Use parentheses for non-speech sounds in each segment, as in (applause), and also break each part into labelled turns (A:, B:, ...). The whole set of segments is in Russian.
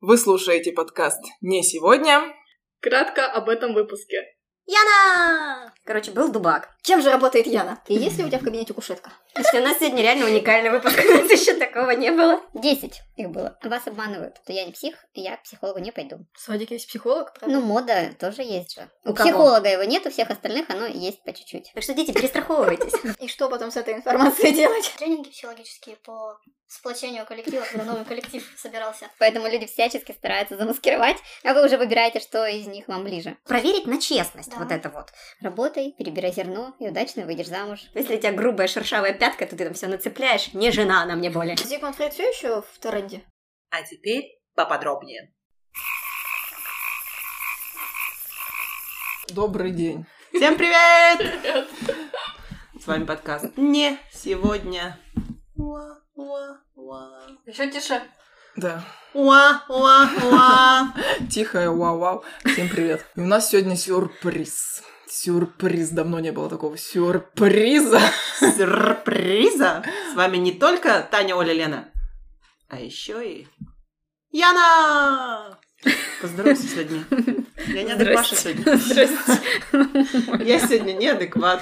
A: Вы слушаете подкаст «Не сегодня».
B: Кратко об этом выпуске.
C: Яна! Короче, был дубак.
D: Чем же работает Яна?
C: И есть ли у тебя в кабинете кушетка?
D: Если у нас сегодня реально уникальный выпуск, (laughs) у нас еще такого не было.
C: Десять их было. Вас обманывают, что я не псих, и я к психологу не пойду.
D: В садике есть психолог, правда?
C: Ну, мода тоже есть же.
D: У
C: У
D: кого?
C: психолога его нет, у всех остальных оно есть по чуть-чуть.
D: Так что, дети, перестраховывайтесь.
E: И что потом с этой информацией делать?
F: тренинги психологические по сплочению коллектива, когда новый коллектив собирался.
C: Поэтому люди всячески стараются замаскировать, а вы уже выбираете, что из них вам ближе.
D: Проверить на честность
F: Да.
D: вот это вот.
C: Работай, перебирай зерно, и удачно выйдешь замуж.
D: Если у тебя грубая шершавая пятка, то ты там все нацепляешь. Не жена она мне более.
E: Зигмунд Фрейд все еще в Торренде?
G: А теперь поподробнее.
A: Добрый день.
G: Всем привет! С вами подкаст «Не сегодня». Уа, уа, уа.
B: Еще тише.
A: Да,
G: Уа, уа, уа.
A: тихая вау-вау. Всем привет. И у нас сегодня сюрприз. Сюрприз. Давно не было такого сюрприза.
G: Сюрприза! С вами не только Таня, Оля, Лена, а еще и Яна! Поздоровайся сегодня. Я неадекватна сегодня. Я сегодня неадекват.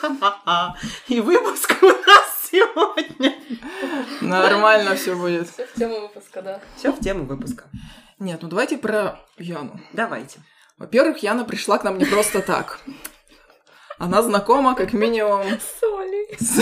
G: Ха-ха-ха. И выпуск у нас сегодня.
A: Нормально все будет.
B: Все в тему выпуска, да.
G: Все в тему выпуска.
A: Нет, ну давайте про Яну.
G: Давайте.
A: Во-первых, Яна пришла к нам не просто так. Она знакома как минимум...
B: Соли.
A: с-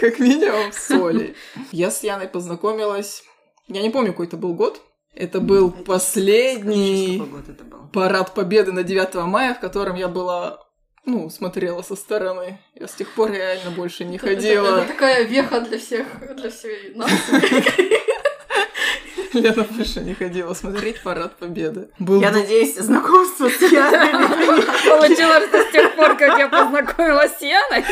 A: Как минимум с Олей. Я с Яной познакомилась... Я не помню, какой это был год. Это был
G: Скажи,
A: последний
G: Какой год это был?
A: парад Победы на 9 мая, в котором я была, ну, смотрела со стороны. Я с тех пор реально больше не ходила.
B: Это такая веха для всех, для всей нации.
A: (laughs) Лена больше не ходила смотреть парад Победы. Был
G: Я надеюсь, знакомство с Яной.
H: Получилось, что с тех пор, как я познакомилась с Яной,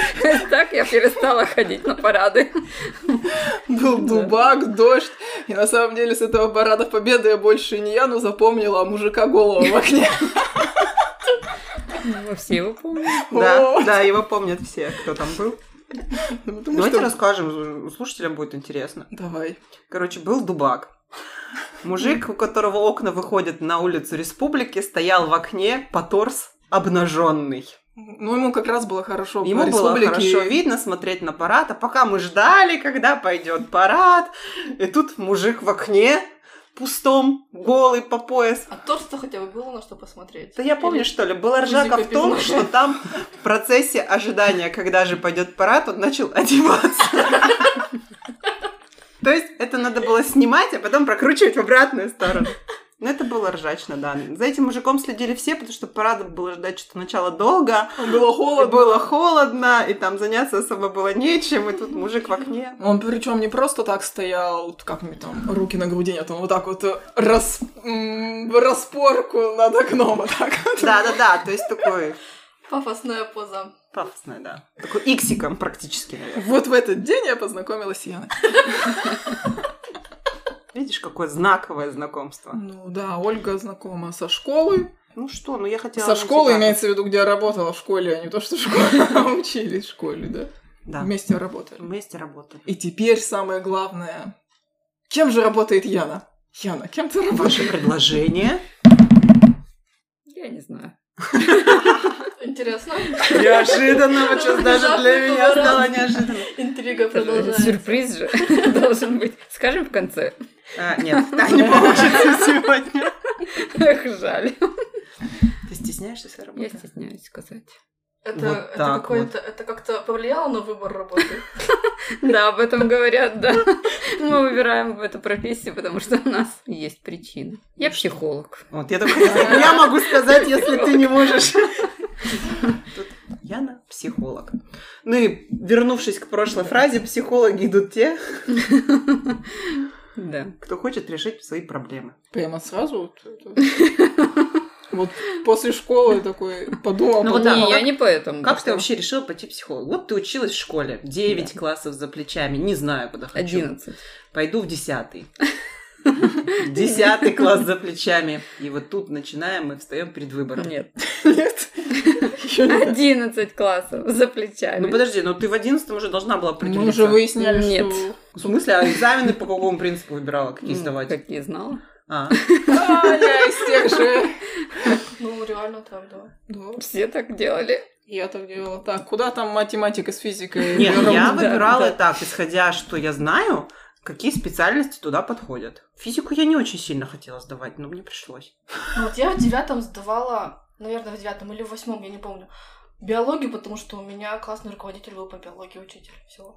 H: так я перестала ходить на парады.
A: Был дубак, дождь. И на самом деле с этого парада победы я больше не Яну запомнила, а мужика голого в окне.
H: Ну, все его помнят.
G: (laughs) Да,
A: (laughs)
G: Ну,
A: Вот.
G: да, его помнят все, кто там был.
A: Потому
G: Давайте
A: Ну что-
G: расскажем, слушателям будет интересно.
A: Давай.
G: Короче, был дубак. Мужик, у которого окна выходят на улицу республики, стоял в окне по торс обнаженный.
A: Ну, ему как раз было хорошо. по
G: Ему было
A: республике.
G: хорошо видно смотреть на парад, а пока мы ждали, когда пойдет парад, и тут мужик в окне пустом, голый по пояс,
B: А торс-то хотя бы было на что посмотреть.
G: Да я помню, что ли, была ржака в том,
B: пузико-пизико.
G: что там в процессе ожидания, когда же пойдет парад, он начал одеваться. То есть это надо было снимать, а потом прокручивать в обратную сторону. Ну, это было ржачно, да. За этим мужиком следили все, потому что парада было ждать что-то начало долго.
A: Было холодно.
G: Было холодно, и там заняться особо было нечем, и тут мужик в окне.
A: Он причем не просто так стоял, как мне там, руки на груди, нет, он вот так вот э, рас... м, в распорку над окном, вот так вот.
G: Да-да-да, то есть такой
B: Пафосная поза.
G: пафосный, да. Такой иксиком практически, наверное.
A: Вот в этот день я познакомилась с Яной.
G: Видишь, какое знаковое знакомство.
A: Ну да, Ольга знакома со школы,
G: Ну что, ну я хотела...
A: Со
G: найти
A: школы
G: как.
A: имеется в виду, где я работала в школе, а не то, что в школе (laughs) а учились в школе, да?
G: Да.
A: Вместе работали.
G: Вместе работали.
A: И теперь самое главное. Чем же работает Яна? Яна, кем ты
G: (laughs) Ваше
A: работаешь?
G: предложение?
H: Я не знаю.
B: Интересно.
G: Неожиданно, вот сейчас даже для меня
B: Жахнул
G: стало
B: раз.
G: неожиданно.
B: Интрига
H: Это же
B: продолжается.
H: сюрприз же (laughs) должен быть. Скажем в конце.
G: А, нет, так не получится сегодня.
H: Эх, жаль.
G: Ты стесняешься своей
H: Я
G: работы?
H: стесняюсь сказать.
B: Это,
G: Вот
B: это
G: так
B: какое-то, это как-то повлияло на выбор работы.
H: Да, об этом говорят, да. Мы выбираем в эту профессию, потому что у нас есть причина. Я психолог.
G: Вот, я только я могу сказать, если ты не можешь. Тут Яна психолог. Ну и вернувшись к прошлой фразе, психологи идут те,
H: Да.
G: кто хочет решить свои проблемы.
A: Прямо сразу? вот это.
G: (laughs)
A: Вот после школы такой подумал,
G: Ну
A: (laughs) подумал.
G: вот да.
H: Не,
G: как-
H: я не поэтому.
G: Как ты
H: пошла.
G: вообще решила пойти психологу? Вот ты училась в школе, 9 классов за плечами, не знаю, куда хочу.
H: 11.
G: Пойду в 10. (laughs) Десятый класс за плечами. И вот тут начинаем, мы встаем перед выбором.
H: Нет.
A: Нет. Еще
G: а
A: нет.
H: 11 классов за
G: Ну
H: плечами.
G: подожди, но ты в одиннадцатом уже должна была определиться.
A: Мы уже выясняли,
H: Нет.
A: что...
G: В смысле, а экзамены по какому принципу выбирала, какие
H: Ну,
G: сдавать?
H: Какие знала?
A: (laughs)
G: А, (laughs)
A: А, я из тех же.
B: Ну, реально так, да.
A: Да,
H: Все так делали.
A: Я так делала. Так, куда там математика с физикой?
G: Нет,
A: Берем,
G: я
A: Ну, да,
G: выбирала
A: да.
G: так, исходя, что я знаю, какие специальности туда подходят. Физику я не очень сильно хотела сдавать, но мне пришлось.
B: Ну, вот я в девятом сдавала, наверное, в девятом или в восьмом, я не помню, биологию, потому что у меня классный руководитель был по биологии учитель. Все.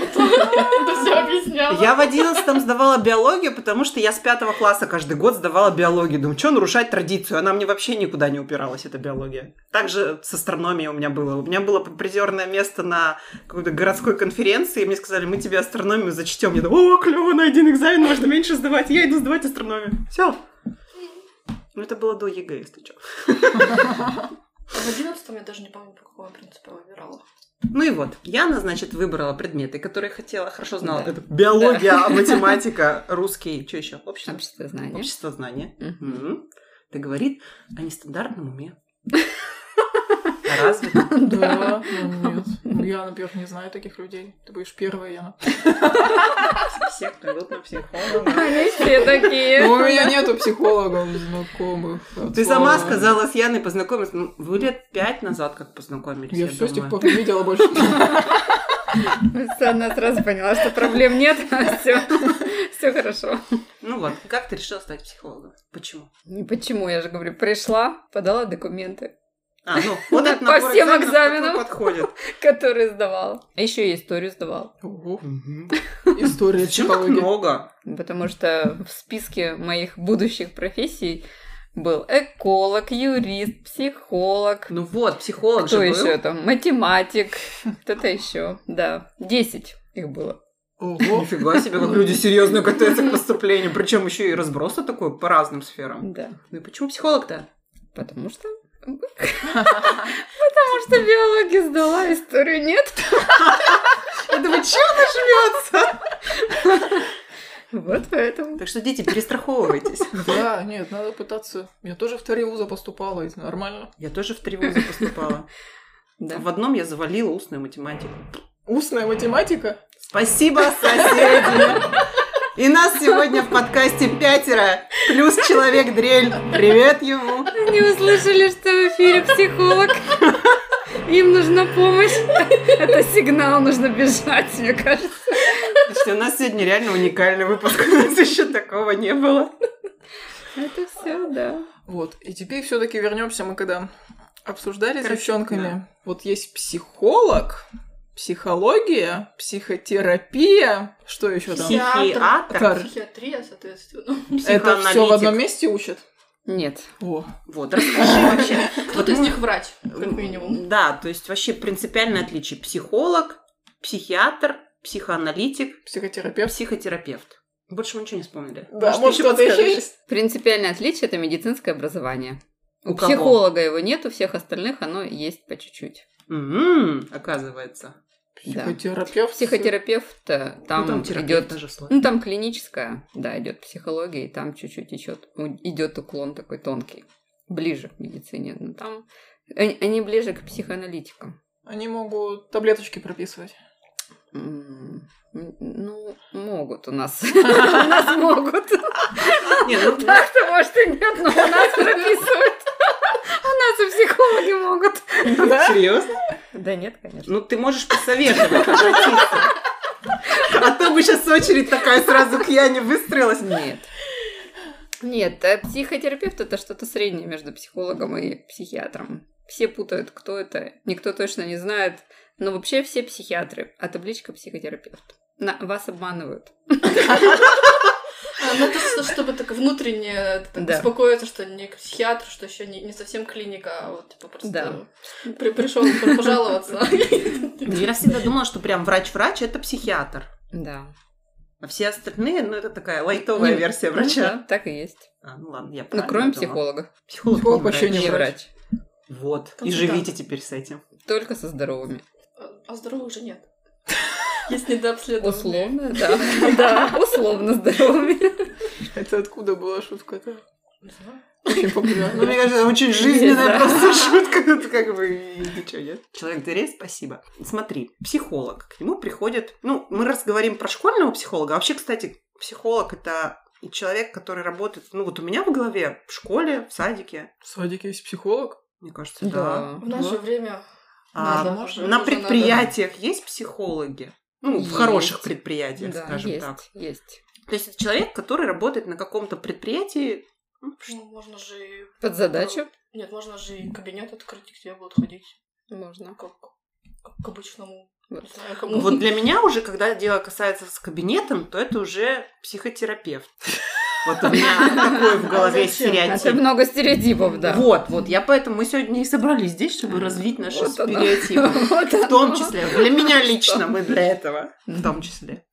B: Это все объясняло.
G: Я в одиннадцатом сдавала биологию, потому что я с пятого класса каждый год сдавала биологию. Думаю, что нарушать традицию? Она мне вообще никуда не упиралась, эта биология. Также с астрономией у меня было. У меня было призерное место на какой-то городской конференции, и мне сказали, мы тебе астрономию зачтем. Я думаю, о, клево, на один экзамен можно меньше сдавать. Я иду сдавать астрономию. Все. Ну, это было до ЕГЭ, если что.
B: В одиннадцатом я даже не помню, по какому принципу я выбирала.
G: Ну и вот, Яна, значит, выбрала предметы, которые хотела, хорошо знала.
H: Да.
G: Это биология, а математика, русский, что еще? Общество.
H: Общество знания.
G: Общество знания.
H: Мгм.
G: Мгм. Это говорит о нестандартном
H: (laughs)
G: уме. А Разве?
A: Да, ну нет. Ну, Я, например, не знаю таких людей. Ты будешь первая, Яна.
G: Всех привел на психолога.
H: Они все такие.
A: Но Ну, у меня нету психологов знакомых. от
G: Ты сама
A: слова.
G: сказала с Яной познакомиться. Ну, вы лет пять назад как познакомились,
A: Я
G: я
A: все с тех
G: думаю.
A: пор не видела
G: (laughs)
A: больше.
H: Она сразу поняла, что проблем нет. (laughs) Все, все хорошо.
G: Ну вот, как ты решила стать психологом? Почему?
H: Ну, Почему? Я же говорю, пришла, подала документы,
G: А,
H: (laughs)
G: ну, вот
H: Да,
G: этот
H: по
G: набор
H: всем
G: экзаменов,
H: экзаменам.
G: который подходит.
A: (laughs)
H: которые сдавала. А еще и историю сдавала.
A: Ого. История
G: Зачем так
A: психологии.
G: много?
H: Потому что в списке моих будущих профессий был эколог, юрист, психолог.
G: Ну вот, психолог же
H: Кто
G: был.
H: еще там? Математик. Кто-то еще. Да. Десять их было.
A: Ого.
G: Нифига себе, как люди серьезно готовятся к поступлению. Причем еще и разброса такой по разным сферам.
H: Да.
G: Ну и почему психолог-то?
H: Потому что... (laughs) Потому что биологию сдала, историю нет. (laughs)
G: Я думаю, чего она жмется?
H: Вот поэтому.
G: Так что, дети, перестраховывайтесь.
A: Да, нет, надо пытаться. Я тоже в три вуза поступала, это нормально.
G: Я тоже в три вуза
A: (laughs)
G: поступала.
H: Да.
G: В одном я завалила устную математику.
A: Устная математика?
G: Спасибо, соседи! И нас сегодня в подкасте пятеро, плюс человек-дрель. Привет ему!
H: Они услышали, что в эфире психолог. Им нужна помощь. Это сигнал, нужно бежать, мне кажется.
G: Слушайте, у нас сегодня реально уникальный выпуск. У нас еще такого не было.
H: Это все, да.
A: Вот. И теперь все-таки вернемся. Мы когда обсуждали с
G: Красиво,
A: девчонками,
G: да.
A: вот есть психолог, психология, психотерапия, что еще там?
G: Психиатр.
A: Психиатр.
B: Психиатрия, соответственно.
A: Это все в
G: психоаналитик.
A: одном месте учат?
H: Нет.
A: О,
G: Вот, расскажи вообще.
A: (laughs)
B: Кто-то из них врач, как минимум.
G: Да, то есть вообще принципиальное отличие. Психолог, психиатр, психоаналитик,
A: психотерапевт.
G: психотерапевт. Больше мы ничего не вспомнили.
A: Да, может,
G: ещё
A: что-то еще
G: подскажешь?
A: есть?
H: Принципиальное отличие – это медицинское образование.
G: У
H: У
G: кого?
H: психолога его нет, у всех остальных оно есть по чуть-чуть.
G: М, оказывается.
H: Да.
A: Психотерапевт.
H: Психотерапевта
G: Ну,
H: там,
G: терапевт
H: идет...
G: даже сложно.
H: Ну, там клиническая, да, идет психология, и там чуть-чуть идет, идет уклон такой тонкий, ближе к медицине. Но там они, они ближе к психоаналитикам.
A: Они могут таблеточки прописывать. (laughs)
H: М, Ну, могут у нас. (laughs) У нас могут.
G: Не, ну,
H: Так-то, может, и нет, но у нас прописывают. (laughs) У нас и психологи могут.
G: (laughs) Серьезно?
H: Да нет, конечно.
G: Ну, ты можешь посоветовать обратиться. А то бы сейчас очередь такая сразу к Яне выстроилась.
H: Нет. Нет, э, психотерапевт это что-то среднее между психологом и психиатром. Все путают, кто это, никто точно не знает. Но вообще все психиатры, а табличка психотерапевт. На, вас обманывают.
B: А, Ну, это с- чтобы так внутренне это так
H: Да.
B: успокоиться, что не к психиатру, что еще не, не совсем клиника, а вот типа просто
H: Да.
B: пришел (laughs) пожаловаться.
G: Я всегда думала, что прям врач-врач это психиатр.
H: Да.
G: А все остальные, ну, это такая лайтовая
H: Не-
G: версия врача.
H: Ну Да, так и есть.
G: А, ну ладно, я
H: Ну,
G: правильно
H: кроме
G: думала.
H: психолога.
G: Психолог,
A: Психолог
G: не
A: вообще
G: врач.
A: не
H: Не врач.
G: Вот. И
B: Консультант.
G: живите теперь с этим.
H: Только со здоровыми.
B: А здоровых же нет. Есть недообследованные. (laughs)
H: (laughs) Условно, да. Да, условно здоровыми.
A: Это откуда была шутка-то?
B: Не знаю.
A: Очень
G: Ну,
A: (laughs) популярная.
G: мне кажется, очень жизненная просто шутка. ну, Это как бы и ничего нет. Человек дверей, спасибо. Смотри, психолог. К нему приходит... Ну, мы разговорим про школьного психолога. А Вообще, кстати, психолог — это человек, который работает... Ну, вот у меня в голове, в школе, в садике.
A: В садике есть психолог?
G: Мне кажется, да.
B: В наше время
G: А
B: Надо,
A: может,
G: на
H: уже
G: предприятиях есть психологи? Ну,
H: Есть.
G: в хороших предприятиях,
H: Да,
G: скажем
H: есть,
G: так.
H: есть.
G: То есть это человек, который работает на каком-то предприятии, ну, ш-
B: ну, можно же и...
H: Под задачу?
B: Нет, можно же и кабинет открыть, и к тебе будут ходить.
H: Можно.
B: Как, как к обычному.
H: Вот.
B: Не знаю, кому.
G: (laughs) Вот Ну для меня уже, когда дело касается с кабинетом, то это уже психотерапевт. Вот у (laughs) меня такой в голове
H: Это
G: стереотип.
H: много стереотипов, да.
G: Вот, вот, я поэтому мы сегодня и собрались здесь, чтобы развить наши
H: Вот оно.
G: стереотипы. (laughs)
H: Вот
G: В том
H: оно.
G: числе, для (laughs) меня лично, мы для этого. В том числе.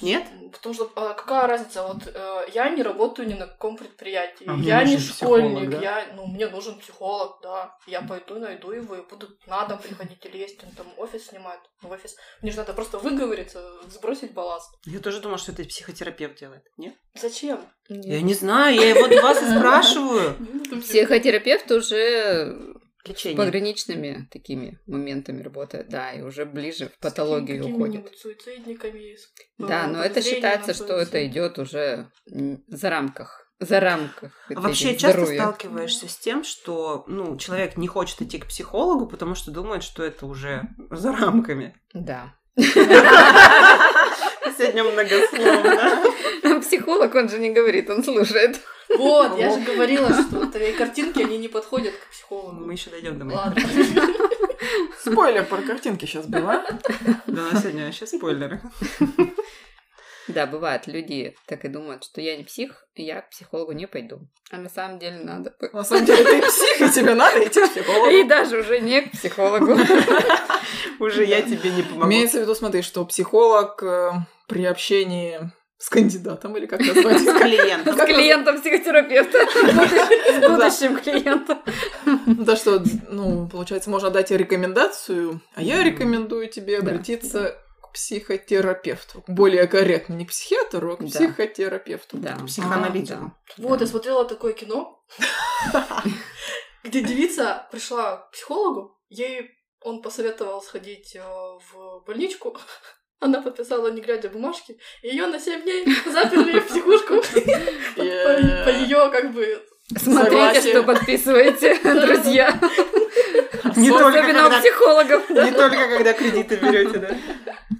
G: Нет?
B: Потому что а, какая разница, вот э, я не работаю ни на каком предприятии,
G: А мне
B: я не
G: нужен психолог,
B: школьник,
G: да?
B: я, ну, мне нужен психолог, да. Я пойду, найду его и буду на дом приходить, или есть он там офис снимает, в офис. Мне же надо просто выговориться, сбросить балласт.
G: Я тоже думала, что это психотерапевт делает. Нет?
B: Зачем?
G: Я не знаю, я его у вас и спрашиваю.
H: Психотерапевт уже с
G: (laughs) Лечение.
H: пограничными такими моментами работает, да, и уже ближе в
B: С
H: патологию
B: какими-
H: уходит.
B: какими-нибудь Суицидниками. с,
H: Да,
B: э,
H: но это
B: подозрением
H: считается,
B: на
H: что
B: суицид.
H: это идет уже м, за рамках. За рамках.
G: А
H: этой
G: Вообще часто
H: здоровья.
G: сталкиваешься с тем, что ну, человек не хочет идти к психологу, потому что думает, что это уже за рамками.
H: Да.
G: Сегодня многословно.
H: А Психолог, он же не говорит, он слушает.
B: Вот, я же говорила, что вот твои картинки, они не подходят к
G: Мы
B: психологу.
G: еще дойдем до моих
B: Ладно.
A: Спойлер про картинки сейчас была.
G: Да, у нас сегодня вообще спойлеры.
H: Да, бывает, люди так и думают, что я не псих, я к психологу не пойду. А на самом деле надо. бы.
A: На самом деле, ты псих, и тебе надо идти к психологу.
H: И даже уже не к (laughs) психологу.
G: Уже я тебе не помогу.
A: Имеется в виду, смотри, что психолог э, при общении с кандидатом, или как (laughs) назвать,
G: С клиентом.
H: С
A: (laughs)
H: клиентом (laughs) психотерапевта. С будущим клиентом.
A: Ну да что, ну, получается, можно дать рекомендацию, а я рекомендую тебе
H: Да.
A: обратиться к психотерапевту. Более корректно, не к психиатру, а к
H: Да.
A: психотерапевту.
H: Да.
G: психоаналитику.
H: Да.
B: Вот, я смотрела такое кино, где девица пришла к психологу, ей он посоветовал сходить э, в больничку, она подписала, не глядя, бумажки, и ее на 7 дней заперли в психушку по
A: Е-е.
B: ее, как бы,
H: Смотрите,
A: Согласие.
H: что подписываете, (laughs) друзья.
G: Не только
H: Особенно у
G: когда-
H: психологов.
G: Не только когда кредиты берете, да?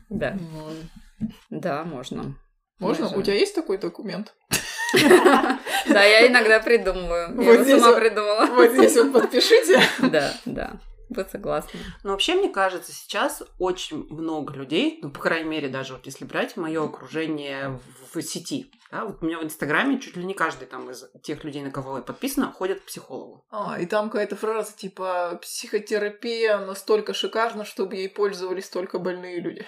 H: Да,
A: Ну,
H: да, можно.
A: Можно?
H: Даже.
A: У тебя есть такой (laughs) документ?
H: (laughs) Да, я иногда придумываю.
A: Вот
H: Я его
A: здесь
H: сама
A: вот- (laughs)
H: придумала.
A: Вот здесь вот подпишите.
H: Да, да. Вы согласны.
G: Но Ну, вообще, мне кажется, сейчас очень много людей, ну, по крайней мере, даже вот если брать мое окружение в в сети, да, вот у меня в Инстаграме чуть ли не каждый там из тех людей, на кого я подписана, ходят к психологу.
A: А, и там какая-то фраза типа «психотерапия настолько шикарна, чтобы ей пользовались только больные люди».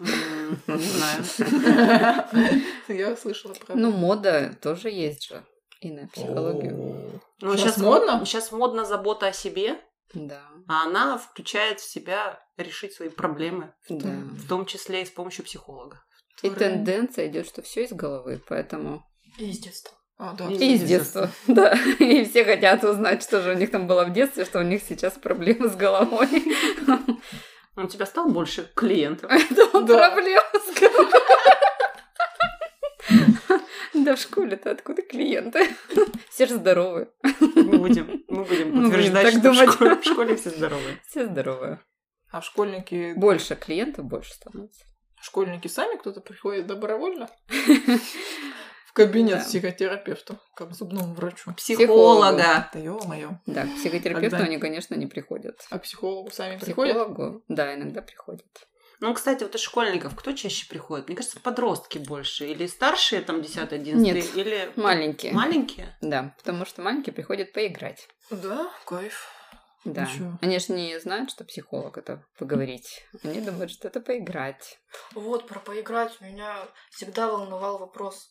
G: М, Не знаю.
A: (laughs)
G: (laughs)
A: Я слышала про
H: Ну, мода тоже есть же. И на психологию.
G: Ну,
A: Сейчас
G: щас-
A: модно?
G: Сейчас модно забота о себе,
H: Да.
G: а она включает в себя решить свои проблемы,
H: Да.
G: в том числе и с помощью психолога.
H: И
A: Которая-
H: тенденция идет, что все из головы, поэтому.
B: и из детства.
A: А, да.
G: И
H: И
G: из
H: из детства. (laughs) Да. И все хотят узнать, что же у них там было в детстве, что у них сейчас проблемы с головой. (laughs)
G: У тебя стал больше клиентов.
A: Да.
H: Проблемы с головой. (laughs) Да в школе-то откуда клиенты? (laughs) Все же здоровы.
G: Мы будем, мы будем
H: Ну, блин,
G: утверждать,
H: так
G: что в
H: думать.
G: школе- в школе все здоровые.
H: Все здоровы.
A: А школьники...
H: Больше клиентов, больше становится.
A: Школьники сами кто-то приходит добровольно? В кабинет
H: Да.
A: психотерапевту, как к зубному врачу.
H: Психолога.
A: Да ё-моё.
H: Да, к психотерапевту
A: Когда-
H: они, конечно, не приходят.
A: А к психологу сами
H: К
A: приходят?
H: Психологу, да, иногда приходят.
G: Ну, кстати, вот из школьников кто чаще приходит? Мне кажется, подростки больше. Или старшие, там, 10 11
H: Нет,
G: или...
H: Маленькие.
G: Маленькие?
H: Да, потому что маленькие приходят поиграть.
A: Да, кайф.
H: Да.
A: Ну чё?
H: Они же не знают, что психолог это поговорить. Они думают, что
A: (laughs)
H: это поиграть.
B: Вот, про поиграть меня всегда волновал вопрос.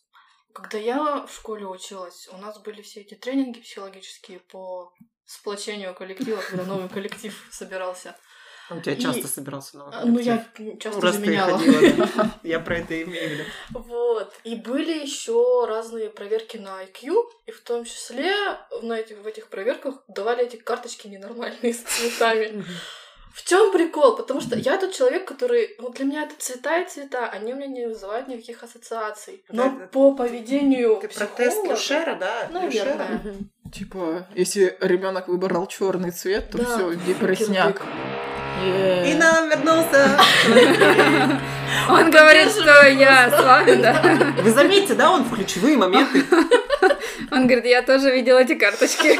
B: Когда я в школе училась, у нас были все эти тренинги психологические по сплочению коллектива, когда новый коллектив собирался.
G: А у тебя
B: И-
G: часто собирался новый
B: А, Ну,
G: коллектив?
B: я
G: Ну,
B: часто
G: раз ты
B: заменяла.
G: ходила, да. Я про это и имею в виду.
B: Вот. И были еще разные проверки на IQ, и в том числе на этих, в этих проверках давали эти карточки ненормальные с цветами. В чем прикол? Потому что я тот человек, который... Вот для меня это цвета и цвета, они у меня не вызывают никаких ассоциаций. Но
G: Да, да.
B: по поведению
G: Ты про тест
B: психолога...
G: Люшера, да?
B: Наверное.
G: Люшера?
A: Типа, если ребенок выбрал черный цвет, то
B: Да.
A: все, депрессняк.
G: И
A: Е.
G: нам вернулся.
H: Он говорит, что я с вами, да.
G: Вы заметите, да, он в ключевые моменты.
H: Он говорит, я тоже видел эти карточки.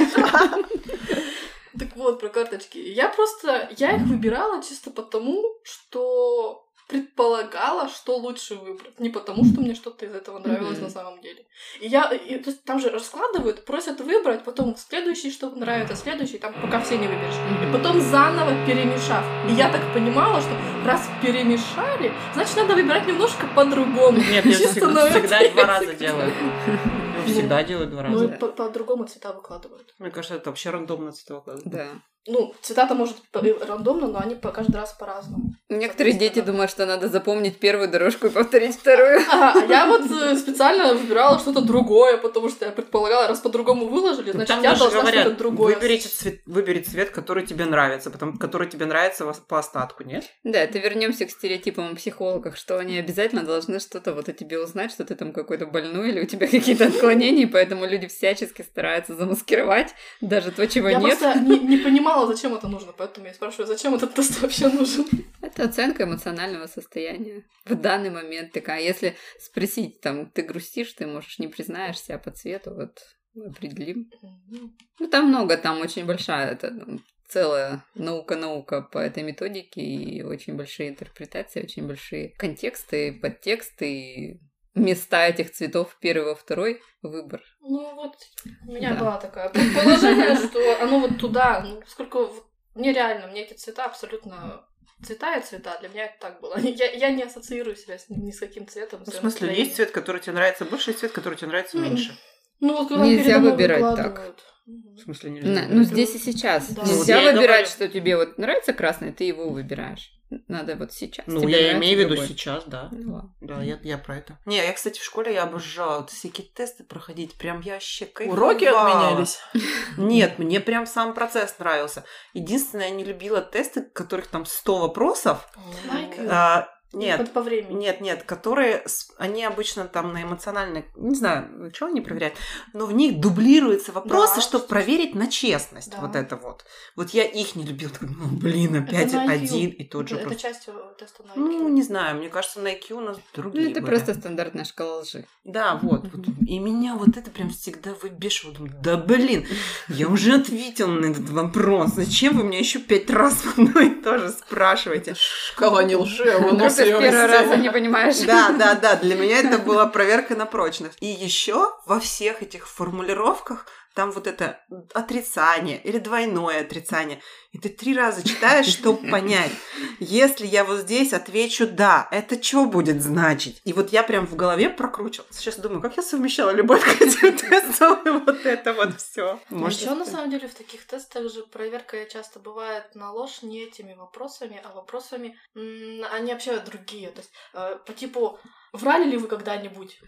B: Так вот, про карточки. Я просто... Я их выбирала чисто потому, что предполагала, что лучше выбрать. Не потому, что мне что-то из этого нравилось
H: Мгм.
B: на самом деле. И я... и- то есть там же раскладывают, просят выбрать, потом следующий, что нравится, следующий, там пока все не выберешь. И потом заново перемешав. И я так понимала, что раз перемешали, значит, надо выбирать немножко по-другому.
G: Нет,
B: я Чисто всегда- новый всегда цвет. два раза
G: делаю. Всегда делаю два
B: Ну,
G: раза.
B: и по- по-другому цвета выкладывают.
G: Мне кажется, это вообще рандомно цветовой
H: Да.
B: Ну, цвета-то, может, по- рандомно, но они по- каждый раз по-разному.
H: Некоторые дети думают, что надо запомнить первую дорожку и повторить вторую.
B: А, а я вот э, специально выбирала что-то другое, потому что я предполагала, раз по-другому выложили, значит,
G: Ну, Там
B: я
G: даже
B: должна
G: говорят,
B: что-то другое.
G: выбери цвет, выбери цвет, который тебе нравится, потом, который тебе нравится во- по остатку, нет?
H: Да, это вернемся к стереотипам о психологах, что они обязательно должны что-то вот о тебе узнать, что ты там какой-то больной или у тебя (laughs) какие-то отклонения, и поэтому люди всячески стараются замаскировать даже то, чего
B: Я
H: нет.
B: просто не, не понимала, зачем это нужно, поэтому я спрашиваю, зачем этот тест вообще нужен?
H: Это оценка эмоционального состояния в данный момент такая. Если спросить, там, ты грустишь, ты, можешь не признаешься, а по цвету вот мы определим. Ну, там много, там очень большая, это там, целая наука-наука по этой методике, и очень большие интерпретации, очень большие контексты, подтексты, и места этих цветов первый во второй выбор.
B: Ну вот, у меня
H: Да.
B: была такая предположение, что оно вот туда, ну, сколько мне реально, мне эти цвета абсолютно цвета и цвета, для меня это так было. (laughs) Я, я не ассоциирую себя с, ни с каким цветом.
G: Ну, в
B: своим
G: смысле,
B: настроением.
G: есть цвет, который тебе нравится больше, и цвет, который тебе нравится
B: М.
G: меньше.
B: Ну вот когда
H: Нельзя
B: передо мной
H: выбирать так.
B: выкладывают. Мгм.
G: В смысле,
H: На-
G: нельзя.
H: ну, здесь и сейчас.
B: Да.
G: Ну, вот
H: Нельзя
G: я и
H: выбирать,
G: говорю.
H: что тебе вот нравится красный, ты его выбираешь. Надо вот сейчас.
G: Ну,
H: тебе
G: я
H: нравится
G: имею в виду
H: другой.
G: сейчас, да.
H: Ну, ладно.
G: Да, я, я про это. Не, я, кстати, в школе я обожала вот всякие тесты проходить. Прям я вообще кайфовала.
A: Уроки отменялись.
G: Нет, мне прям сам процесс нравился. Единственное, я не любила тесты, которых там 100 вопросов.
B: Лайк.
G: А, нет,
B: По, по времени.
G: Нет, нет, которые с- они обычно там на эмоциональной, не знаю, чего они проверяют, но в них дублируются вопросы,
B: Да,
G: чтобы
B: что-
G: проверить на честность.
B: Да.
G: Вот это вот. Вот я их не любила. Такой, ну, блин, опять
B: на IQ.
G: один и тот же
B: это, это
G: вопрос.
B: часть э, теста на IQ.
G: Ну, не знаю, мне кажется, на IQ у нас
H: Ну,
G: другие
H: это
G: были.
H: просто стандартная шкала лжи.
G: Да, вот, вот. И меня вот это прям всегда выбешивало. Думаю, да блин, я уже ответила на этот вопрос. Зачем вы меня еще пять раз (laughs) одно и то же спрашиваете?
A: Шкала не лжи, а
H: Вдруг
A: вынос
H: ты
A: ее
H: в первый
A: (laughs)
H: раз не понимаешь.
G: Да, (laughs) да, да, для меня это была проверка на прочность. И еще во всех этих формулировках там вот это отрицание или двойное отрицание. И ты три раза (laughs) читаешь, чтобы понять. Если я вот здесь отвечу «да», это что будет значить? И вот я прям в голове прокручивала. Сейчас думаю, как я совмещала любовь к этим (laughs) тестам и вот это вот все.
B: Еще Ну, на самом деле в таких тестах же проверка часто бывает на ложь не этими вопросами, а вопросами, м, они вообще другие. То есть э, по типу врали ли вы когда-нибудь?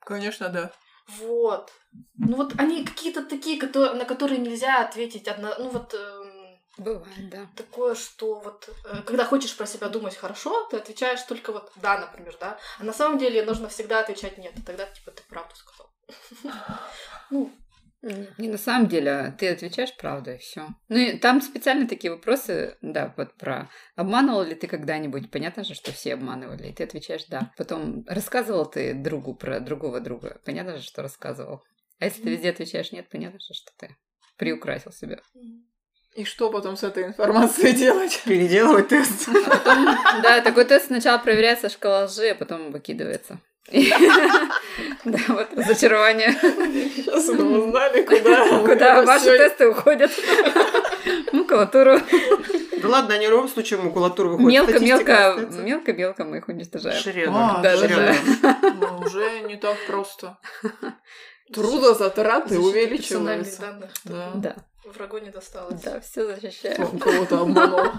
A: Конечно, да.
B: Вот. Ну вот они какие-то такие, кото- на которые нельзя ответить одно. Ну вот эм,
H: Бывает, да.
B: такое, что вот э, когда хочешь про себя думать хорошо, ты отвечаешь только вот да, например, да. А на самом деле нужно всегда отвечать нет. И тогда типа ты правду сказал.
H: Нет, Не на самом деле, а ты отвечаешь правду и все. Ну и там специально такие вопросы, да, вот про обманывал ли ты когда-нибудь? Понятно же, что все обманывали, и ты отвечаешь да. Потом рассказывал ты другу про другого друга? Понятно же, что рассказывал. А если ты везде отвечаешь нет, понятно же, что ты приукрасил себя.
A: И что потом с этой информацией (laughs) делать?
G: Переделывай тест.
H: Да, такой тест сначала проверяется шкала лжи, а потом выкидывается. (laughs) Да, вот разочарование.
A: Сейчас бы мы узнали, (laughs)
H: (laughs)
A: куда.
H: Куда
A: это
H: ваши
A: всё-
H: тесты уходят? Макулатуру.
G: Да ладно, они в любом случае макулатуру выходят. Статистика
H: Мелко-мелко,
G: остается.
H: мелко-мелко мы их уничтожаем.
G: Шредер.
A: А,
H: Да, да,
G: Шредер.
H: да.
A: Ну, Уже не так просто. Трудозатраты
B: Защита
A: (laughs) увеличиваются.
B: персональных данных.
A: Да.
H: Да.
B: Врагу не досталось. Ну,
H: Да, все защищаем.
A: Он кого-то обманул.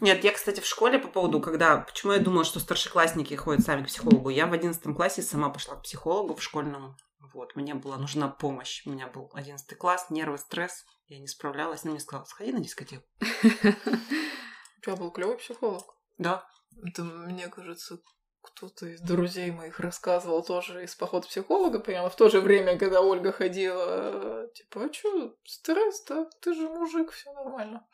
G: Нет, я, кстати, в школе по поводу, когда... Почему я думала, что старшеклассники ходят сами к психологу? Я в одиннадцатом классе сама пошла к психологу в школьному. Вот, мне была нужна помощь. У меня был одиннадцатый класс, нервы, стресс. Я не справлялась. Она мне сказала, сходи на дискотеку.
A: У тебя был клевый психолог.
G: Да.
A: Это, мне кажется, кто-то из друзей моих рассказывал тоже из поход психолога, примерно в то же время, когда Ольга ходила, э, типа, а чё, стресс, да? Ты же мужик, все нормально.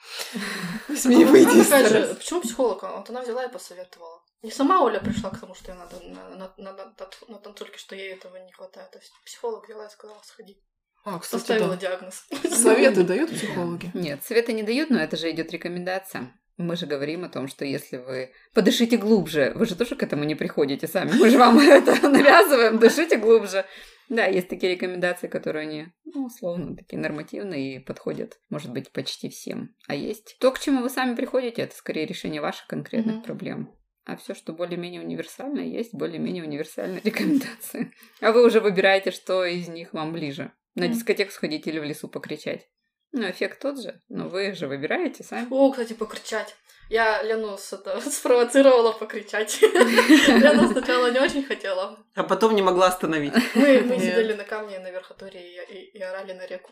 A: Возьми,
B: Ну,
A: выйди из
B: опять же,
A: стресса.
B: Почему психолог? А Вот она взяла и посоветовала. Не сама Оля пришла к тому, что ей надо на, на, на, на, тат- на танцульке, что ей этого не хватает. А психолог взяла и сказала, сходи.
A: А,
B: Составила
A: кстати,
B: диагноз.
A: да. Советы дают психологи?
H: Нет, совета не дают, но это же идет рекомендация. Мы же говорим о том, что если вы подышите глубже, вы же тоже к этому не приходите сами. Мы же вам (laughs) это навязываем, дышите глубже. Да, есть такие рекомендации, которые они, ну, условно, такие нормативные и подходят, может быть, почти всем. А есть то, к чему вы сами приходите, это скорее решение ваших конкретных
B: Мгм.
H: проблем. А все, что более-менее универсальное, есть более-менее универсальные (laughs) рекомендации. А вы уже выбираете, что из них вам ближе. На
B: Мгм.
H: дискотеку сходить или в лесу покричать. Ну, эффект тот же, но вы же выбираете сами.
B: О, кстати, покричать. Я Лену с- это, (laughs) спровоцировала
A: (laughs)
B: покричать. Лена сначала не очень хотела.
G: А потом не могла остановить.
B: Мы, мы
A: Нет.
B: сидели на камне на верхотуре и, и- и орали на реку.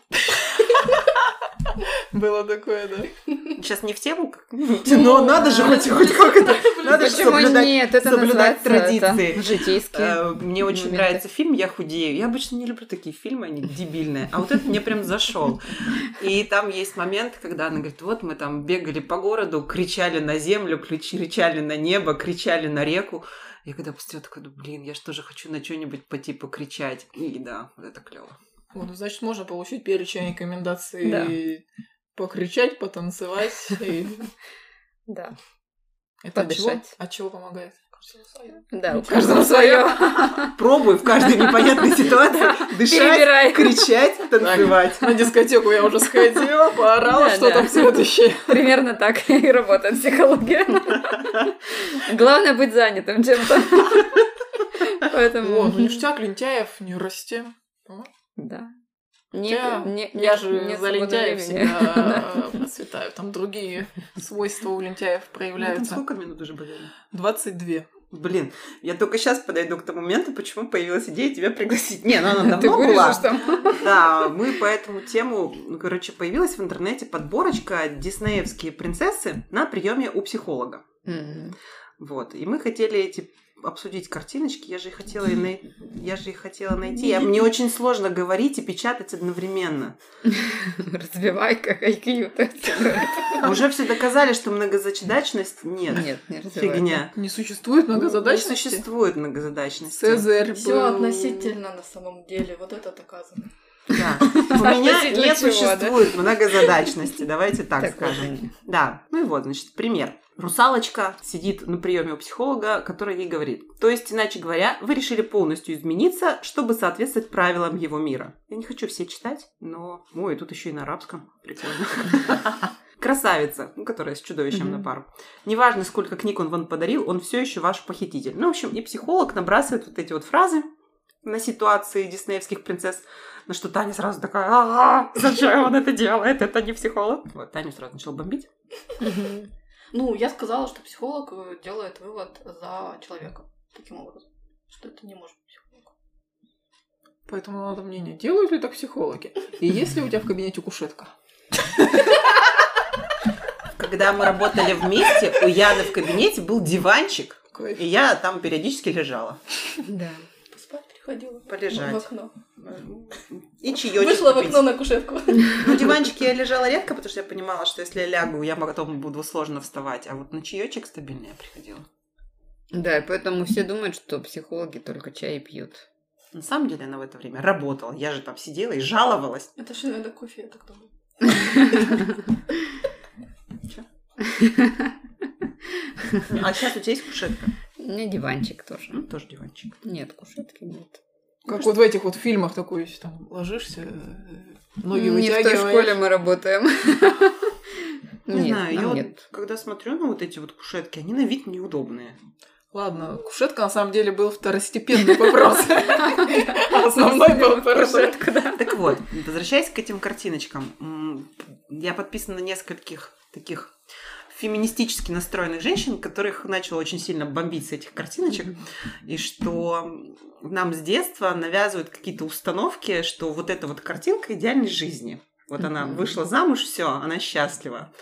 A: Было такое, да.
G: Сейчас не в тему, как... (laughs) но надо же хоть, хоть как-то. Надо же
H: Почему
G: соблюдать.
H: нет? Это
G: соблюдать
H: называется это
G: традиции.
H: житейские.
G: Э, Мне очень
H: моменты.
G: нравится фильм «Я худею». Я обычно не люблю такие фильмы, они дебильные. А вот этот мне прям зашел. И там есть момент, когда она говорит, вот мы там бегали по городу, кричали на землю, крич- кричали на небо, кричали на реку. Я когда посмотрела, такая, «Ну, блин, я же тоже хочу на что-нибудь по типу кричать. И да, вот это клево.
A: О, ну, значит, можно получить перечень рекомендаций
H: Да.
A: покричать, потанцевать. и-
H: Да.
A: Это от чего?
H: Подышать.
A: От чего помогает?
H: Да, у
A: каждого
H: каждого свое.
G: Пробуй в каждой непонятной ситуации дышать,
H: Перебирай.
G: кричать, танцевать. Ну,
A: На дискотеку я уже сходила, поорала,
H: Да,
A: что
H: да.
A: там следующее.
H: Примерно так (laughs) и работает психология. Главное быть занятым чем-то.
A: О,
H: Поэтому...
A: ну ништяк, лентяев, не расти.
H: Да.
A: Хотя
H: Нет, не-
A: Я
H: нет-
A: же
H: нет
A: за
H: свободного
A: лентяев
H: времени. Да.
A: всегда э, процветаю. Там другие свойства у лентяев
G: Ну, там
A: проявляются.
G: сколько минут уже было?
A: 22.
G: Блин, я только сейчас подойду к тому моменту, почему появилась идея тебя пригласить. Не, ну она
H: (laughs) Ты
G: давно была.
H: вырежешь там.
G: Да, мы по этому тему, ну, короче, появилась в интернете подборочка «Диснеевские принцессы на приеме у психолога».
H: М. (laughs)
G: Вот, и мы хотели эти обсудить картиночки, я же их хотела, и най- я же их хотела найти. А мне очень сложно говорить и печатать одновременно.
H: Развивай как IQ.
G: А Уже все доказали, что многозадачность нет.
H: Нет, не развивай.
G: Фигня. Ну,
A: Не существует
G: Не
A: многозадачности.
G: существует многозадачности.
A: Цезарь
B: Все
A: был-
B: относительно на самом деле. Вот это доказано.
H: (laughs)
G: Да. У меня
H: Относительно
G: не
H: чего,
G: существует многозадачности, давайте так
H: Так
G: скажем.
H: вот.
G: Да, ну и вот, значит, пример. Русалочка сидит на приеме у психолога, который ей говорит. То есть, иначе говоря, вы решили полностью измениться, чтобы соответствовать правилам его мира. Я не хочу все читать, но... Ой, тут еще и на арабском. Прикольно. (laughs) Красавица, ну, которая с чудовищем
H: Мгм.
G: на пару. Неважно, сколько книг он вам подарил, он все еще ваш похититель. Ну, в общем, и психолог набрасывает вот эти вот фразы на ситуации диснеевских принцесс, на что Таня сразу такая, «А, зачем он это делает, это не психолог. Вот, Таню сразу начал бомбить.
H: Мгм.
B: Ну, я сказала, что психолог э, делает вывод за человека. Таким образом. Что это не может быть психолог.
A: Поэтому надо мнение, делают ли так психологи? И есть ли у тебя в кабинете кушетка?
G: Когда мы работали вместе, у Яны в кабинете был диванчик,
A: Кайф.
G: и я там периодически лежала.
H: Да.
B: Поспать приходила. В
G: Полежать.
B: окно.
G: И чаечек
B: Вышла в
G: попить.
B: окно на кушетку. (laughs)
G: На диванчике я лежала редко, потому что я понимала, что если я лягу, я потом буду сложно вставать. А вот на чаечек стабильно я приходила.
H: Да, и поэтому все думают, что психологи только чай пьют.
G: На самом деле она в это время работала. Я же там сидела и жаловалась.
B: Это же, наверное, кофе, я так думаю.
G: А сейчас у тебя есть кушетка?
H: У меня диванчик тоже.
G: Ну, тоже диванчик.
H: Нет, кушетки нет.
A: Как вот в этих вот фильмах такой, там, ложишься, э, ноги
H: не в той
A: вытягиваешь.
H: школе мы работаем.
G: Не
H: Нет,
G: знаю, я
H: нам
G: вот,
H: нет.
G: когда смотрю на вот эти вот кушетки, они на вид неудобные.
A: Ладно, кушетка
H: (laughs)
A: на самом деле был второстепенный вопрос. Основной был
H: Кушетка, да.
G: Так вот, возвращаясь к этим картиночкам, м, я подписана на нескольких таких феминистически настроенных женщин, которых начала очень сильно бомбить с этих картиночек, и что нам с детства навязывают какие-то установки, что вот эта вот картинка идеальной жизни. Вот она
H: Мгм.
G: вышла замуж, все, она счастлива.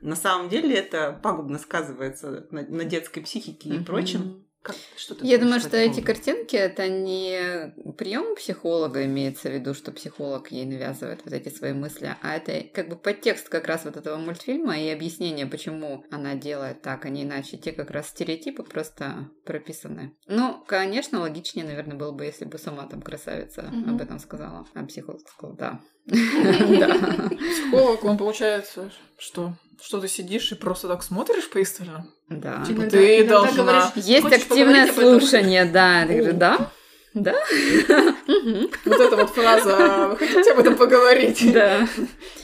G: На самом деле это пагубно сказывается на, на детской психике и
H: Мгм.
G: прочем. Как- что ты
H: Я
G: думаешь
H: думаю,
G: по
H: что
G: этому
H: эти
G: поводу?
H: картинки это не прием психолога имеется в виду, что психолог ей навязывает вот эти свои мысли, а это как бы подтекст как раз вот этого мультфильма и объяснение, почему она делает так, а не иначе. Те как раз стереотипы просто прописаны. Ну, конечно, логичнее, наверное, было бы, если бы сама там красавица
B: Мгм.
H: об этом сказала. А психолог
B: (laughs)
H: сказал, да. Да.
A: Психолог, он получается, что? Что ты сидишь и просто так смотришь пристально?
H: Да.
A: Типа,
B: Иногда-
A: ты
B: иногда
A: должна-
B: говоришь,
H: Есть
B: «Хочешь
H: активное
B: поговорить об этом?»
H: слушание, да. Я говорю, да? Да? Мгм.
A: Вот эта вот фраза «Вы хотите об этом поговорить?»
B: (laughs)
H: Да.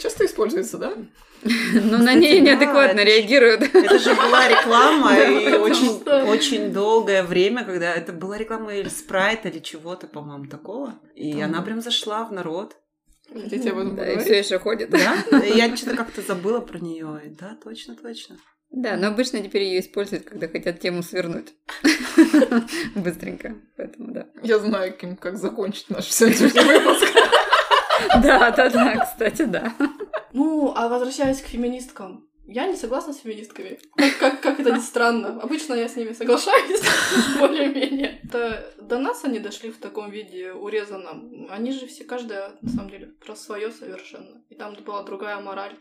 A: Часто используется, да?
H: Ну, на ней
G: да,
H: неадекватно
G: это ж-
H: реагируют.
G: Это же была реклама, и
B: потому
G: очень,
B: что-
G: очень долгое время, когда это была реклама или спрайта, или чего-то, по-моему, такого. И она прям зашла в народ.
A: Хотите об этом
H: Да, и
A: поговорить?
H: все еще ходит.
G: (laughs) Да? Я что-то как-то забыла про нее. Да, точно, точно.
H: Да, но обычно теперь ее используют, когда хотят тему свернуть. Быстренько. Поэтому да.
A: Я знаю, Ким, как закончить наш сегодняшний выпуск.
H: Да, да, да, кстати, да.
B: Ну, а возвращаясь к феминисткам, я не согласна с феминистками. Как, как, как это ни странно. Обычно я с ними соглашаюсь, (laughs) более-менее. Это до нас они дошли в таком виде урезанном. Они же все, каждая, на самом деле, про свое совершенно. И там была другая мораль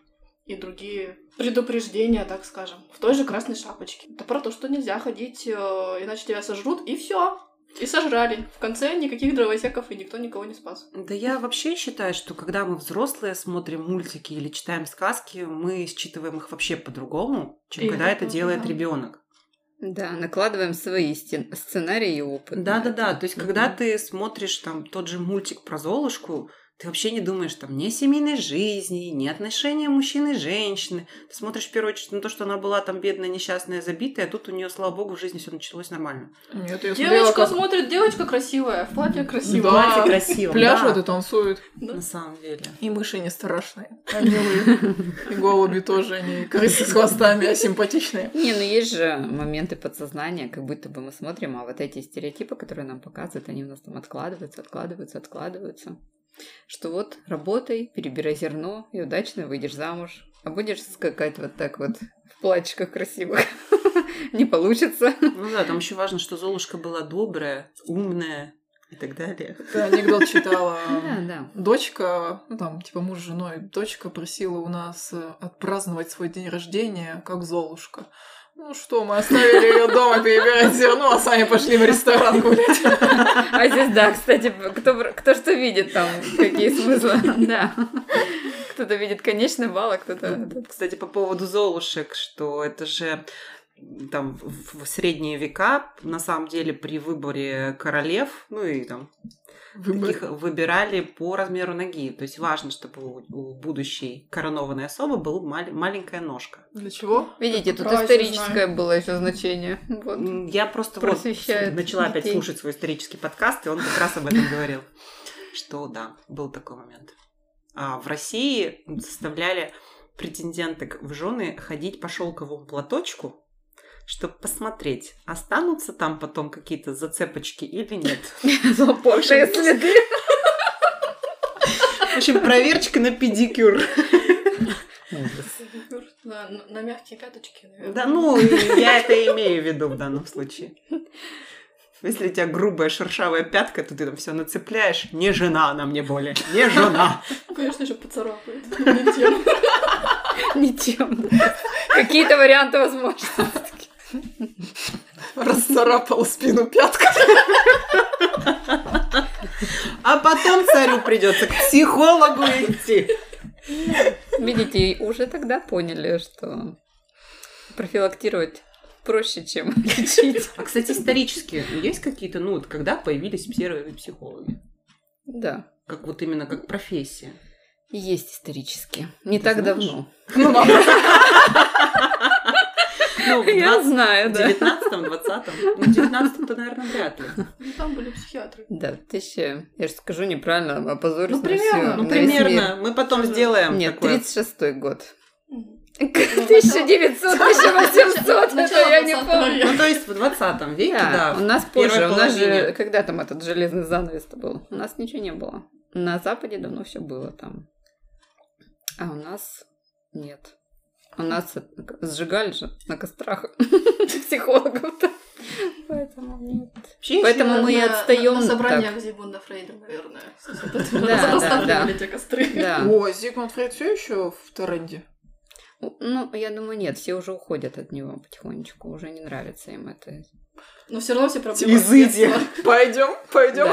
B: и другие предупреждения, так скажем, в той же красной шапочке. Это про то, что нельзя ходить, э, иначе тебя сожрут, и все. И сожрали. В конце никаких дровосеков, и никто никого не спас.
G: Да я вообще считаю, что когда мы взрослые смотрим мультики или читаем сказки, мы считываем их вообще по-другому, чем
B: И
G: когда
B: это
G: это
B: тоже,
G: делает
B: да.
G: ребенок.
H: Да, накладываем свои стен- сценарии и опыт.
G: Да, да, да.
H: Это.
G: То есть, когда
H: Мгм.
G: ты смотришь там тот же мультик про Золушку, ты вообще не думаешь там ни о семейной жизни, ни отношения мужчины и женщины. Ты смотришь в первую очередь на то, что она была там бедная, несчастная, забитая, а тут у нее, слава богу, в жизни все началось нормально.
A: Нет, я смотрела,
B: Девочка
A: как
B: смотрит, девочка красивая, в платье красивое.
A: Да.
G: Платье красиво.
A: пляшут
G: да,
A: и танцуют.
G: на самом деле.
A: И мыши не страшные. Они милые. И голуби тоже, они крысы с хвостами, а симпатичные.
H: Не, ну есть же моменты подсознания, как будто бы мы смотрим, а вот эти стереотипы, которые нам показывают, они у нас там откладываются, откладываются, откладываются. Что вот, работай, перебирай зерно, и удачно выйдешь замуж. А будешь скакать вот так вот в платьишках красивых. (laughs) Не получится.
G: Ну да, там еще важно, что Золушка была добрая, умная и так далее.
A: Это анекдот читала.
H: Да, да.
A: Дочка, ну там, типа муж с женой, дочка просила у нас э, отпраздновать свой день рождения, как Золушка. Ну что, мы оставили ее дома перебирать зерно, а сами пошли в ресторан гулять.
H: А здесь, да, кстати, кто, кто что видит там, какие смыслы. Да. Кто-то видит конечный балл, а кто-то...
G: Вот, Кстати, по поводу Золушек, что это же м, там в в средние века на самом деле при выборе королев, ну и там таких выбирали по размеру ноги. То есть важно, чтобы у, у будущей коронованной особы была мал- маленькая ножка.
A: Для чего?
H: Видите, тут
B: Про
H: историческое было еще значение. Вот.
G: М, Я просто вот
H: Просвещает
G: начала опять
H: детей.
G: слушать свой исторический подкаст, и он как раз об этом говорил. Что да, был такой момент. А в России заставляли претенденток в жены ходить по шелковому платочку, чтобы посмотреть, останутся там потом какие-то зацепочки или нет.
H: Запавшие следы.
G: В общем, проверочка на педикюр.
B: На, на- на мягкие пяточки, наверное.
G: Да, ну, я это имею в виду в данном случае. Если у тебя грубая шершавая пятка, то ты там все нацепляешь. Не жена она мне более. Не жена.
B: Конечно, еще поцарапает.
H: (laughs)
B: Не тем.
H: Ничем. Какие-то варианты возможны.
A: Расцарапал спину пятка.
G: А потом царю придется к психологу идти.
H: Видите, и уже тогда поняли, что профилактировать проще, чем (laughs) лечить.
G: А, кстати, исторически есть какие-то, ну, вот когда появились первые психологи?
H: Да,
G: Как вот именно как профессия.
H: есть исторически. Не
G: Ты
H: так
G: знаешь?
H: давно.
G: Ну, (laughs) в
H: Я
G: 20
H: знаю, да.
G: 19-м, 20-м. Ну, в 19-м-то, наверное, вряд ли.
B: Ну, там были психиатры.
H: Да, в 1000... Я же скажу неправильно, опозорюсь
B: Ну,
H: на
B: примерно,
H: всю-
B: ну,
H: на
G: Ну,
H: весь мир.
G: примерно. Мы потом сделаем
H: Нет,
G: такое.
H: 36-й год.
B: Мгм.
H: 1900-1800, это
B: Начало
H: я не
B: 20-го
H: помню.
B: века.
G: Ну, то есть в 20 веке,
H: Да,
G: да.
H: у нас
G: первой
H: позже, у нас
G: половине.
H: же, когда там этот железный занавес-то был? У нас ничего не было. На Западе давно все было там. А у нас нет. У нас это- сжигали же на кострах (laughs) психологов-то. Поэтому нет.
G: Вообще,
H: Поэтому
B: На-
H: мы и
B: на-
H: отстаём
B: На собраниях
H: так.
B: Зигмунда Фрейда,
H: (laughs)
B: наверное.
H: да,
B: Расставляли
H: да.
B: те костры.
H: Да.
A: О, Зигмунд Фрейд все еще в Таренде?
H: Ну, я думаю, нет, все уже уходят от него потихонечку, уже не нравится им это.
B: Но все равно все проблемы.
G: Изыди.
B: детства.
A: Пойдем, пойдем.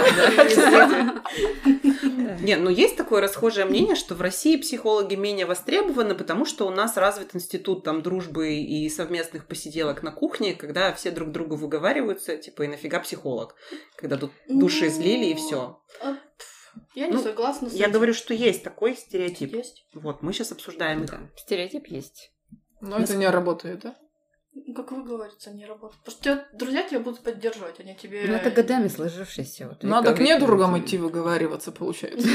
G: Не, ну есть такое расхожее мнение, что в России психологи менее востребованы, потому что у нас развит институт там дружбы и совместных посиделок на кухне, когда все друг другу выговариваются, типа, и нафига психолог, когда тут души
B: Ну,
G: излили и все.
B: А, пф, Я не
G: Ну,
B: согласна с
G: Я
B: этим.
G: говорю, что есть такой стереотип.
B: Есть.
G: Вот, мы сейчас обсуждаем их.
H: Да, Стереотип есть.
A: Но это не работает, да?
B: Ну, Как вы говорите, не работает. Потому что тебя- друзья тебя будут поддерживать, они тебе...
H: Ну,
B: (laughs)
H: это годами сложившееся. Вот,
A: Надо к
H: вековые
A: недругам
H: традиции. (laughs)
A: идти выговариваться, получается.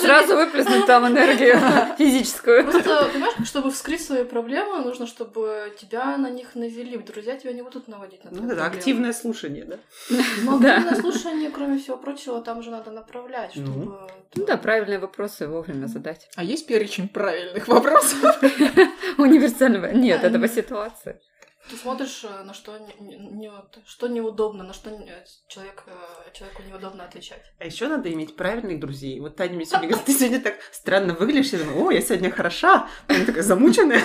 H: Сразу выплеснуть там энергию (laughs) физическую.
B: Просто, понимаешь, чтобы вскрыть свои проблемы, нужно, чтобы тебя на них навели. Друзья тебя не будут наводить на твои
G: Ну да,
B: проблемы.
G: активное слушание, да?
B: Но
H: Да.
B: активное слушание, кроме всего прочего, там же надо направлять,
G: Ну.
B: чтобы...
H: Ну да, правильные вопросы вовремя задать.
A: А есть перечень правильных вопросов?
H: Универсального. Нет,
B: Да,
H: это по
B: нет.
H: ситуации.
B: Ты смотришь, э, на что, не, не- не вот- что неудобно, на что не- человек, э, человеку неудобно отвечать.
G: А еще надо иметь правильных друзей. Вот Таня мне сегодня говорит, ты сегодня так странно выглядишь. Я думаю, о, я сегодня хороша. Она такая замученная.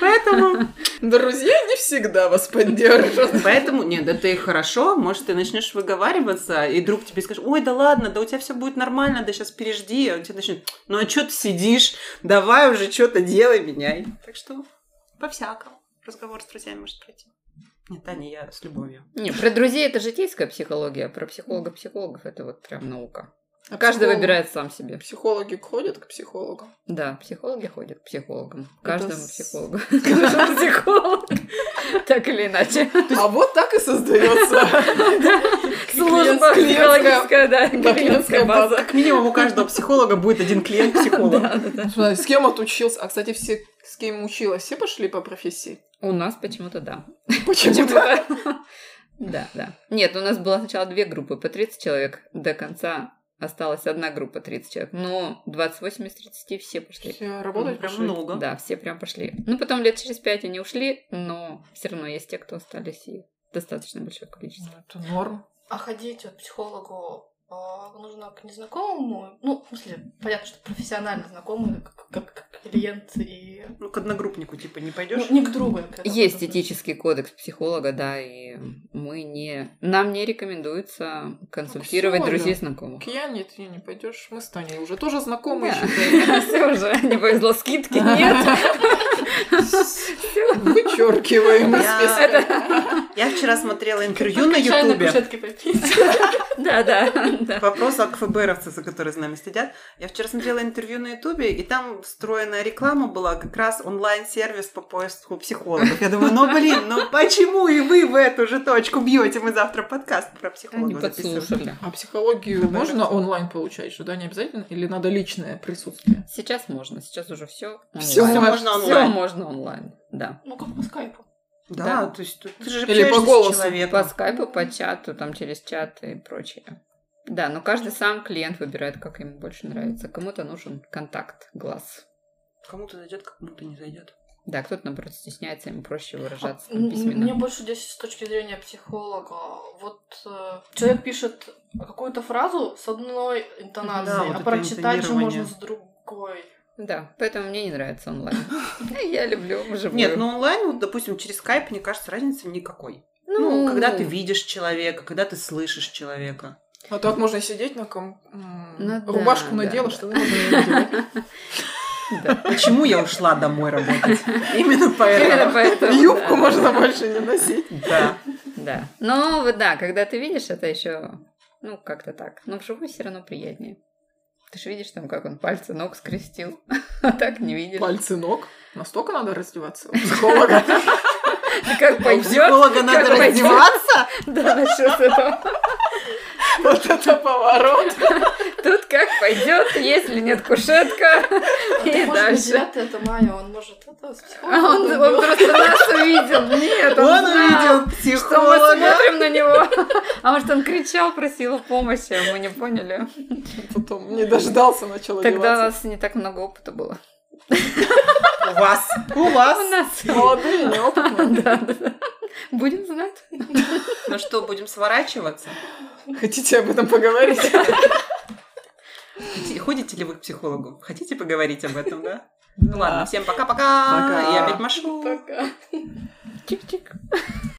G: Поэтому...
A: Друзья не всегда вас поддержат.
G: Поэтому, нет, это и хорошо, может, ты начнешь выговариваться, и друг тебе скажет, ой, да ладно, да у тебя все будет нормально, да сейчас пережди, а он тебе начнет, ну а что ты сидишь, давай уже что-то делай, меняй. Так что, по-всякому, разговор с друзьями может пройти. Нет, Таня, я с любовью.
H: Не, про друзей это житейская психология, а про психолога-психологов это вот прям наука.
A: А
H: Каждый
A: психолог-
H: выбирает сам себе.
A: Психологи ходят к психологам.
H: Да, психологи ходят к психологам. Каждому
A: с-
H: психологу. (laughs) Каждому психолог. Так или иначе.
A: А вот так и создается.
H: Служба
A: клиентская-
H: психологическая, да, клиентская
A: клиентская
H: база.
G: Как минимум у каждого психолога будет один клиент-психолог.
H: Да, да, да.
A: С кем отучился? А, кстати, все, с кем училась, все пошли по профессии?
H: У нас почему-то да.
A: Почему-то.
H: Почему-то. Да, да. Нет, у нас было сначала две группы по 30 человек. До конца осталась одна группа 30 человек. Но 28 из 30 все пошли.
A: Все, работать
G: Ну, Прям
A: пошли.
G: много.
H: Да, все прям пошли. Ну, потом лет через 5 они ушли, но все равно есть те, кто остались и достаточно большое
A: Ну,
H: количество.
A: это норм.
B: А ходить вот к психологу а, нужно к незнакомому, ну, в смысле, понятно, что профессионально знакомый, как, как- как клиент и...
G: Ну, к одногруппнику, типа, не пойдешь?
B: Ну, не к другу. я к этому
H: Есть
B: отношусь.
H: этический кодекс психолога, да, и мы не... Нам не рекомендуется консультировать
A: всё же.
H: друзей знакомых.
A: К Яне ты не пойдешь, мы с Таней уже тоже знакомые
H: Да. (laughs)
A: считаем.
H: Все уже, не
A: (laughs)
H: повезло, скидки нет.
A: Вычеркиваем из
G: Я-
A: списка.
G: Я вчера смотрела интервью на
B: Только чай
G: Ютубе.
B: кушетке попить. (laughs)
H: Да, да, да.
G: Вопрос от ФБРовца, за которые за нами следят. Я вчера смотрела интервью на Ютубе, и там встроенная реклама была как раз онлайн-сервис по поиску психологов. Я думаю, ну блин, ну почему и вы в эту же точку бьете? Мы завтра подкаст про
H: Они
G: психологов записываем.
H: подслушали.
A: А психологию
G: Наверное.
A: можно онлайн получать, что да, не обязательно? Или надо личное присутствие?
H: Сейчас можно, сейчас уже все.
A: Всё
G: можно
H: Все
G: онлайн.
H: можно онлайн, да.
B: Ну, как по скайпу.
G: Да,
H: Да.
G: то есть ты же
A: Или
G: общаешься
A: по
G: с
A: голосу.
H: По
G: человеком.
H: скайпу, по чату, там через чат и прочее. Да, но каждый сам клиент выбирает, как ему больше нравится. Кому-то нужен контакт, глаз.
G: Кому-то зайдет, кому-то не зайдет.
H: Да, кто-то, наоборот, стесняется, ему проще выражаться
B: А,
G: А,
B: М-
H: там,
B: м- Мне
H: письменно.
B: больше здесь с точки зрения психолога. Вот э, человек пишет какую-то фразу с одной интонацией,
G: Да, вот
B: а
G: это
B: прочитать же
G: интонирование.
B: можно с другой.
H: (laughs) Да, поэтому мне не нравится онлайн. (laughs) Я люблю вживую.
G: Нет, ну онлайн, вот, допустим, через скайп, мне кажется, разницы никакой. Ну, когда ты видишь человека, когда ты слышишь человека.
A: А так можно сидеть на ком... м,
H: Ну да,
A: Рубашку
H: да,
A: надела,
H: да.
A: штаны
H: (laughs)
A: можно не надевать.
H: Да.
G: Почему я ушла домой работать? Именно (laughs)
H: Именно
G: поэтому.
H: поэтому,
A: Юбку
H: да.
A: можно больше не носить.
G: Да.
H: Да. Но вот да, когда ты видишь, это еще, ну, как-то так. Но вживую все равно приятнее. Ты же видишь там, как он пальцы ног скрестил. (laughs) А так не видишь.
A: Пальцы ног. Настолько надо раздеваться у (laughs) психолога.
H: Ты как
G: А У
H: пойдет?
G: психолога надо
H: пойдет.
G: раздеваться?
H: (laughs) Да, насчет этого.
A: Вот это поворот.
H: Тут как пойдет, если нет кушетка.
B: А
H: И
B: Может быть,
H: дальше.
B: 9 это мая, он может это с
H: А он,
B: психологом
H: он
B: был.
H: просто нас увидел. Нет, он,
G: Он
H: знал,
G: увидел
H: Что мы
G: психолога.
H: смотрим на него. А может, он кричал, просил о помощи, а мы не поняли.
A: Потом не дождался начала
H: Тогда у
A: одеваться.
H: нас не так много опыта было.
G: У вас. У
H: А У
G: вас. (laughs)
H: нас...
A: Молодые, неопытные.
H: (laughs) Да, да, да. Будем знать.
G: Ну что, будем сворачиваться?
A: Хотите об этом поговорить?
G: Ходи- Ходите ли вы к психологу? Хотите поговорить об этом, да?
A: Да.
G: Ну ладно, всем пока-пока.
A: Пока.
G: Я опять машу.
B: Пока.
H: Чик-чик.